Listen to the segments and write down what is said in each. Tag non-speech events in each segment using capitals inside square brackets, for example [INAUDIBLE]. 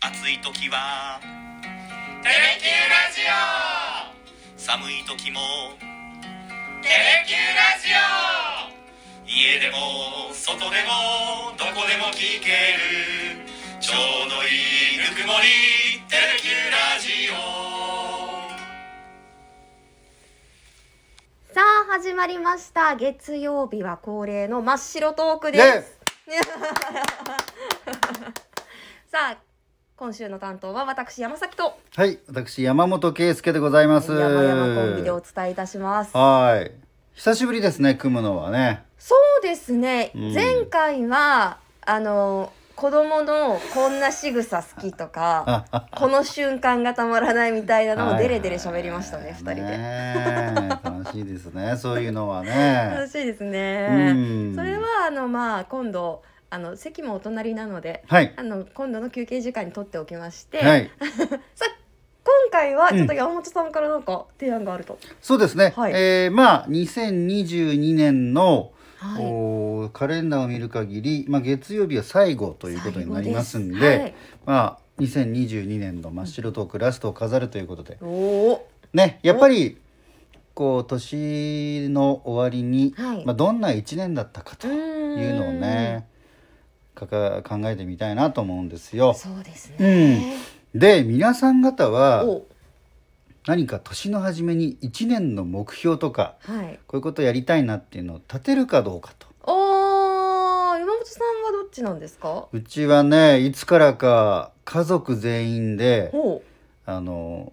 暑い時はテレキューラジオ寒い時もテレキューラジオ家でも外でもどこでも聞けるちょうどいいぬくもりテレキューラジオさあ始まりました月曜日は恒例の真っ白トークです、ねさあ今週の担当は私山崎とはい、私山本圭介でございます。山山コンビでお伝えいたしますはい、久しぶりですね、組むのはね。そうですね、うん前回はあの子供のこんな仕草好きとかこの瞬間がたまらないみたいなのをデレデレ喋りましたね、二人で人で。楽しいですね、そういうのはね楽。しいですうねんそれはあのまあ今度あの席もお隣なのではい、あの今度の休憩時間に取っておきまして、はい、さ今回はちょっと山本さんからなんか提案があると、そうですね。はいえーまあ2022年の、はいおーカレンダーを見る限り、まあ月曜日は最後ということになりますんで、最後ですはいまあ。2022年の真っ白トークラストを飾るということで、おおねやっぱりこう年の終わりに、はいまあ、どんな1年だったかとうーんいうのをねかか考えてみたいなと思うんですよ。そうですうね、ん、で皆さん方はお何か年の初めに1年の目標とかはいこういうことやりたいなっていうのを立てるかどうかと。おー山本さんはどっちなんですかうちはねいつからか家族全員でおあの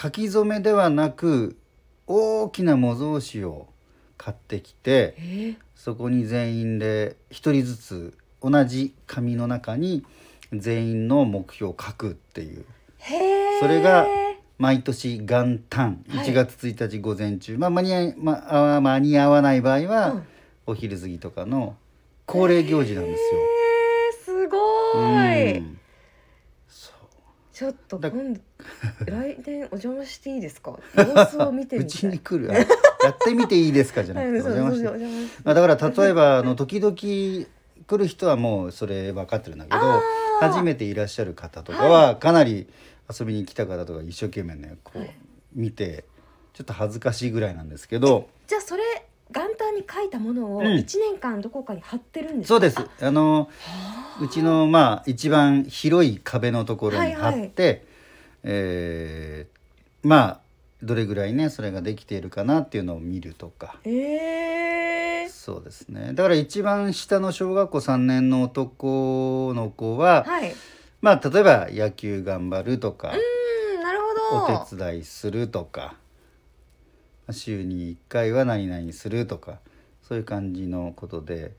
書き初めではなく大きな模造紙を買ってきて。えー、そこに全員で一人ずつ同じ紙の中に全員の目標を書くっていうへえそれが毎年元旦はい1月1日午前中、まあ、間に合い、まあ、間に合わない場合は、うんお昼過ぎとかの恒例行事なんですへよ。えすごーい、うんそちょっとだ [LAUGHS] 今度来年お邪魔していいですか様子を見て [LAUGHS] ううみちたにい来るあやってみていいですかじゃな [LAUGHS] はくいておそう邪魔しそうてお邪魔してまあ、だから例えばあの時々来る人はもうそれ分かってるんだけどあー初めていらっしゃる方とかはかなり遊びに来た方とか一生懸命ねこう見てちょっと恥ずかしいぐらいなんですけどじゃあそれ元旦に書いたものをうん一年間どこかに貼ってるんですか、そうですあのうちのまあ一番広い壁のところに貼って、えーまあどれぐらいねそれができているかなっていうのを見るとか。えー、そうですねだから一番下の小学校3年の男の子は、はい。まあ例えば野球頑張るとか、うん、なるほど。お手伝いするとか週に1回は何々するとかそういう感じのことで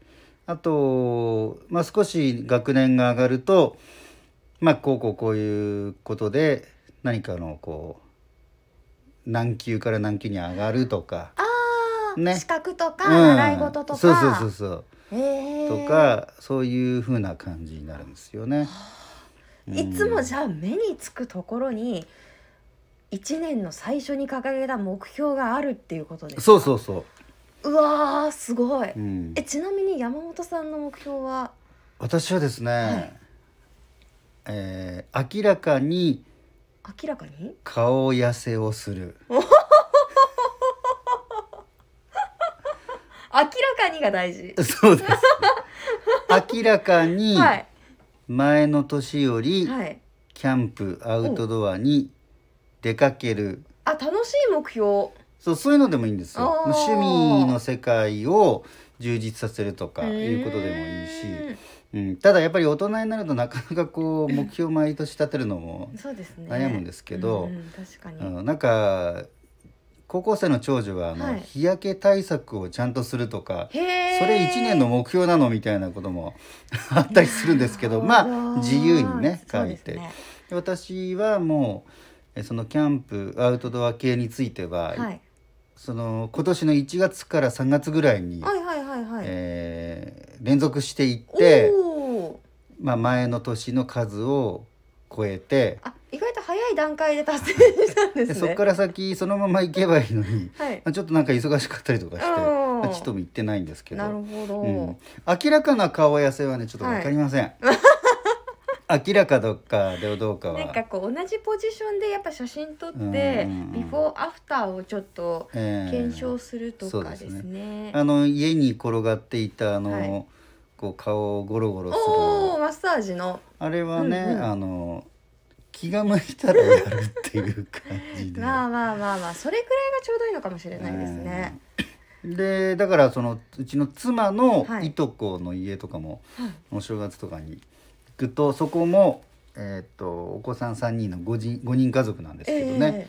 あと、まあ、少し学年が上がると、まあ、こうこうこういうことで何かのこう何級から何級に上がるとか。ああ、ね資格とか、うん習い事とか。そうそうそうそうえーとかそういう風な感じになるんですよね。うんいつもじゃあ目につくところに一年の最初に掲げた目標があるっていうことですかそうそうそう、うわーすごいううんえ、ちなみに山本さんの目標は私はですね、はいえー明らかに明らかに顔痩せをする明らかにが大事そ [LAUGHS] うです明らかにはい前の年よりはいキャンプアウトドアに出かけるあ楽しい目標そうそういうのでもいいんですよおー趣味の世界を充実させるとかいうことでもいいし、うん、ただやっぱり大人になるとなかなか [LAUGHS] こう目標を毎年立てるのもうーんそうですね悩むんですけどうんうん確かに、あのなんか高校生の長女はあの、はい日焼け対策をちゃんとするとかへえそれ1年の目標なのみたいなことも [LAUGHS] あったりするんですけどまあ自由にね書いて、そうですねで私はもうえそのキャンプアウトドア系については、はい、その今年の1月から3月ぐらいに、はいはいはいはいえー連続していって、おーまあ、前の年の数を超えて。あ意外と早い段階で達成したんでですねそこから先そのまま行けばいいのにはいまあちょっとなんか忙しかったりとかして、うんまあちょっとも行ってないんですけどなるほど、うん、明らかな顔痩せはねちょっと分かりません、 [LAUGHS] 明らかどっかでどうかはなんかこう同じポジションでやっぱ写真撮って、うんうんうんビフォーアフターをちょっとええ検証するとそうかでですすねね。あの家に転がっていたあの、はいこう顔をゴロゴロすおおるマッサージのあれはね、うんうんあの気が向いたらやるっていう感じで。まあまあまあまあそれくらいがちょうどいいのかもしれないですね。うんでだからそのうちの妻のはいいとこの家とかも、はいお正月とかに行くとそこも、えー、とお子さん3人の 5, 人5人家族なんですけどね、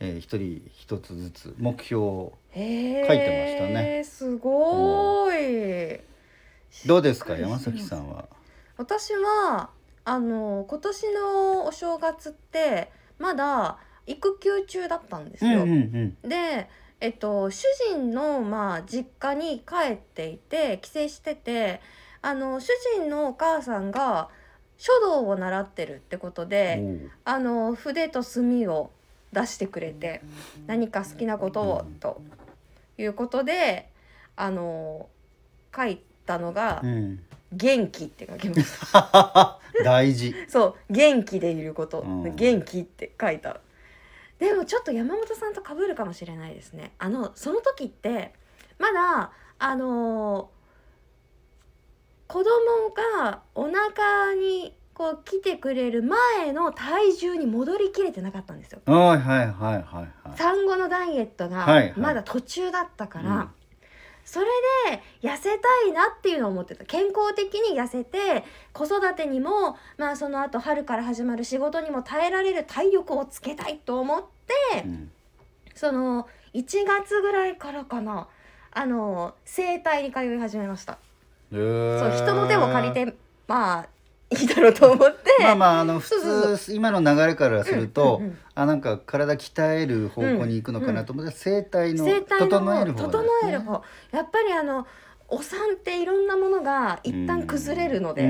え1人1つずつ目標をええ書いてましたねえーすごーい。どうですしかっり山してます崎さんは。私はあの今年のお正月ってまだ育休中だったんですよ。うんで、えっと、主人の、まあ、実家に帰っていて帰省しててあの主人のお母さんが書道を習ってるってことうんでおうあの筆と墨を出してくれて何か好きなことをうんということであの書いたのがうん、 「元気」って書きました。 [LAUGHS] 大事。 [LAUGHS] そう元気でいること、うん元気って書いたでもちょっと山本さんと被るかもしれないですねあのその時ってまだあのー子供がお腹にこう来てくれる前の体重に戻りきれてなかったんですよはいはいはいはいはい。産後のダイエットはいはいがまだ途中だったから、うんそれで痩せたいなっていうのを思ってた健康的に痩せて子育てにもまあその後春から始まる仕事にも耐えられる体力をつけたいと思ってうんその1月ぐらいからかなあの整体に通い始めましたへーそう人の手も借りてまあいいだろうと思ってまあまああの普そうそう通今の流れからするうと、んうんうんあなんか体鍛える方向に行くのかなと思ったら、整体の整体の整える方整える方やっぱりあのお産っていろんなものが一旦崩れるので、で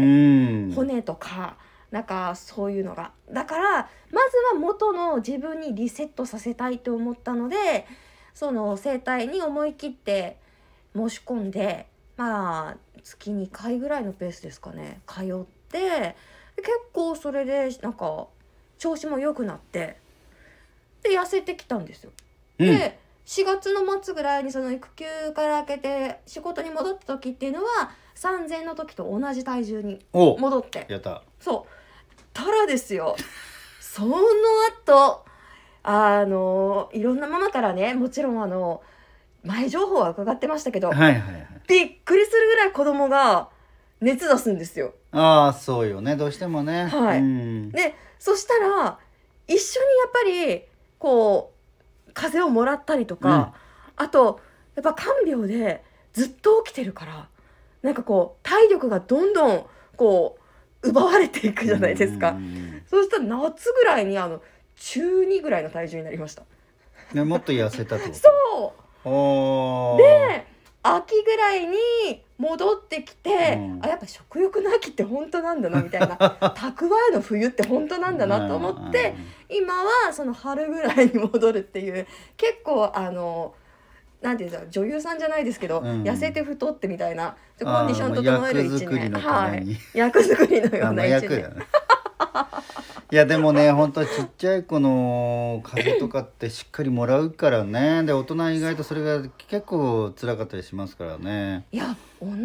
骨とかなんかそういうのがだからまずは元の自分にリセットさせたいと思ったのでその整体に思い切って申し込んでまあ月2回ぐらいのペースですかね通ってで結構それでなんか調子も良くなってで痩せてきたんですよ。で4月の末ぐらいにその育休から明けて仕事に戻った時っていうのは3,000の時と同じ体重にうん、お戻ってやったそうたらですよその後あのいろんなママからねもちろんあの前情報は伺ってましたけど、はいはいはいびっくりするぐらい子供が熱出すんですよああそうよねどうしてもねはいうんでそしたら一緒にやっぱりこう風邪をもらったりとか、あとやっぱ看病でずっと起きてるからなんかこう体力がどんどんこう奪われていくじゃないですかう、んそうしたら夏ぐらいにあの中2ぐらいの体重になりました。ねもっと痩せたってこと [LAUGHS] そおーうで秋ぐらいに戻ってきて、うんあやっぱ食欲の秋って本当なんだなみたい [LAUGHS] な蓄えの冬って本当なんだなと思って今はその春ぐらいに戻るっていう結構あの。なんていうんですか女優さんじゃないですけど、うん痩せて太ってみたいなでうんコンディション整える一年あーまあ役作りのたはめいに、役作りのよあうのな一役年だね [LAUGHS] いやでもね本当ちっちゃい子の風邪とかってしっかりもらうからねで大人は意外とそれが結構辛かったりしますからねいや同じ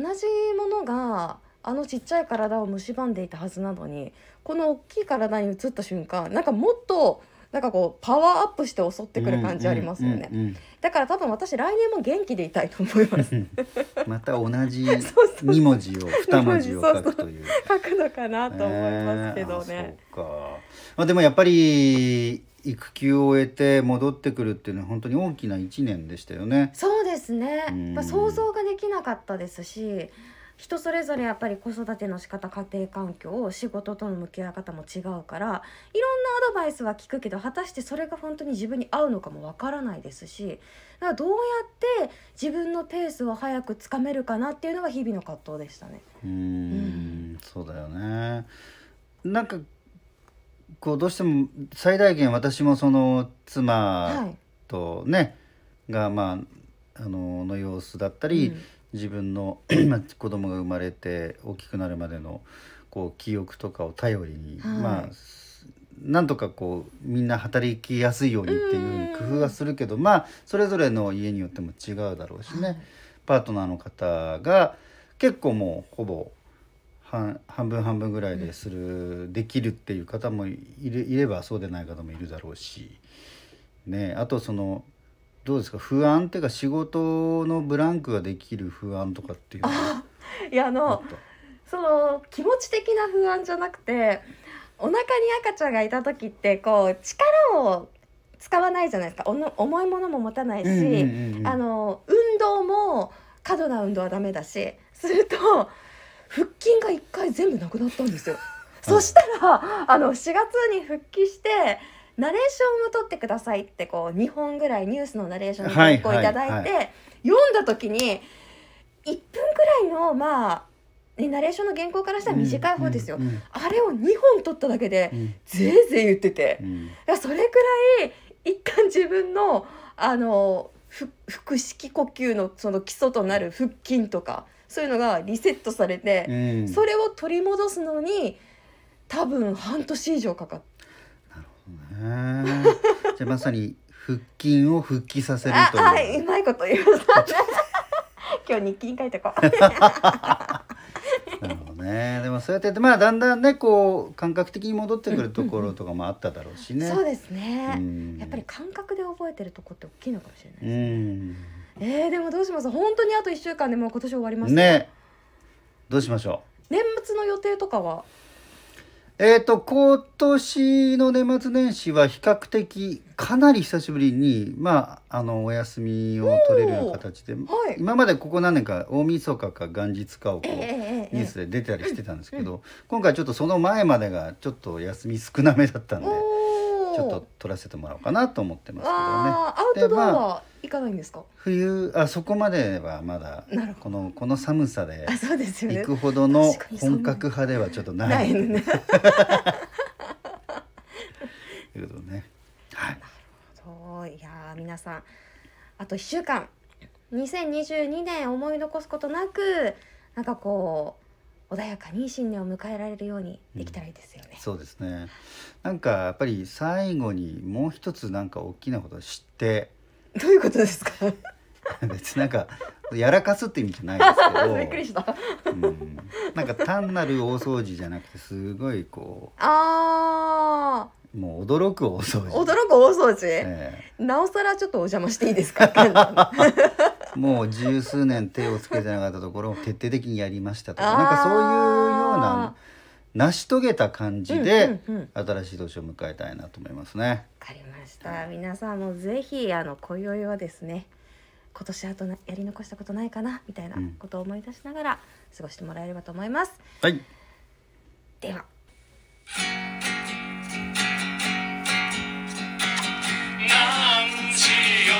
ものがあのちっちゃい体を蝕んでいたはずなのにこの大きい体に移った瞬間なんかもっとなんかこうパワーアップして襲ってくる感じありますよね、うんうんうんだから多分私来年も元気でいたいと思います [LAUGHS] また同 [LAUGHS] じそうそう2文字を2文字を書くという。書くのかなと思いますけどね、えーあそうか、まあ、でもやっぱり育休を終えて戻ってくるっていうのは本当に大きな1年でしたよね。そうですねうんまあ想像ができなかったですし人それぞれやっぱり子育ての仕方家庭環境仕事との向き合い方も違うからいろんなアドバイスは聞くけど果たしてそれが本当に自分に合うのかもわからないですしだからどうやって自分のペースを早くつかめるかなっていうのが日々の葛藤でしたね。うーんそうだよねなんかこうどうしても最大限私もそのは妻い、とね、がまああのの様子だったり、うん [CLEARS THROAT] 自分のまあ子供が生まれて大きくなるまでのこう記憶とかを頼りに、はいまあなんとかこうみんな働きやすいようにっていうふうに工夫はするけど、まあそれぞれの家によっても違うだろうしね、パートナーの方が結構もうほぼ半半分半分ぐらいでする、できるっていう方もいるいればそうでない方もいるだろうし、ね、あとそのどうですか不安っていうか仕事のブランクができる不安とかっていうのははい、いやああのったその気持ち的な不安じゃなくてお腹に赤ちゃんがいた時ってこう力を使わないじゃないですかおの重いものも持たないし、うんうんうんうんあの運動も過度な運動はダメだしすると腹筋が1回全部なくなったんです [LAUGHS] よ。そしたらあの4月に復帰してナレーションを取ってくださいってこう2本ぐらいニュースのナレーションに結構いただいて、はい読んだ時に1分ぐらいのまあ、ね、ナレーションの原稿からしたら短い方ですよ。うんうんあれを2本取っただけでうんぜいぜい言っててう。んいやそれくらい一旦自分のあのふ腹式呼吸のその基礎となる腹筋とかそういうのがリセットされうて、んそれを取り戻すのに多分半年以上かかっねえじゃあまさに腹筋を復帰させた。るあという。はいうまいこと言う [LAUGHS] た今日日記に書いてこう。なるほどね。でもそうやってやってまあだんだんねこう感覚的に戻ってくるところとかもあっただろうしね。そうですね、うんやっぱり感覚で覚えてるとこって大きいのかもしれない、うん。えー、でもどうします本当にあと1週間でもう今年終わりますね。どうしましょ年末の予定とかはう。えっ、と今年の年末年始は比較的かなり久しぶりにまああのお休みを取れるような形で、はい今までここ何年か大晦日か元日かをこう。ええええええニュースで出たりしてたんですけど、今回ちょっとその前までがちょっと休み少なめだったんでちおーょっと取らせてもらおうかなと思ってますけどねわあ、アウトドアでまは行かないんですか。冬あそこまではまだなるほこのこの寒さであ、そうですよ行ね。くほどの確かに寒い本格派ではちょっとないないのね。ということでね、はい、 [LAUGHS] そういやー皆さんあと1週間2022年思い残すことなくなんかこう穏やかに新年を迎えられるようにできたらいいですよね。そうですねなんかやっぱり最後にもう一つなんか大きなことを知って [LAUGHS] どういうことですか。別になんかやらかすって意味じゃないですけ [LAUGHS] どびっくり [LAUGHS] した。うん、なんか単なる大掃除じゃなくてすごいこあうもう驚く大掃ー除驚く大掃除、えなおさらちょっとお邪魔していいです [LAUGHS] か。えもう十数年手をつけてなかったところを徹底的にやりましたとあかーなんかそういうような成し遂げた感じで、うんうんうん新しい年を迎えたいなと思いますね。わかりました皆さんもぜひあの今宵はですね今年あとなやり残したことないかなみたいなうんことを思い出しながら過ごしてもらえればと思います、はい、ではなんしよ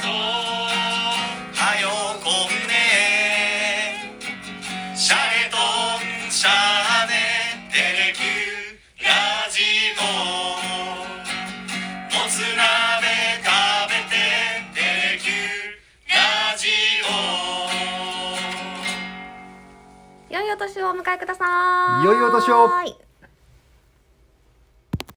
うとはよこんねシャレとんしゃねテレキューラジオもつ鍋食べてテレキューラジオ良いお年をお迎えください良いお年をはい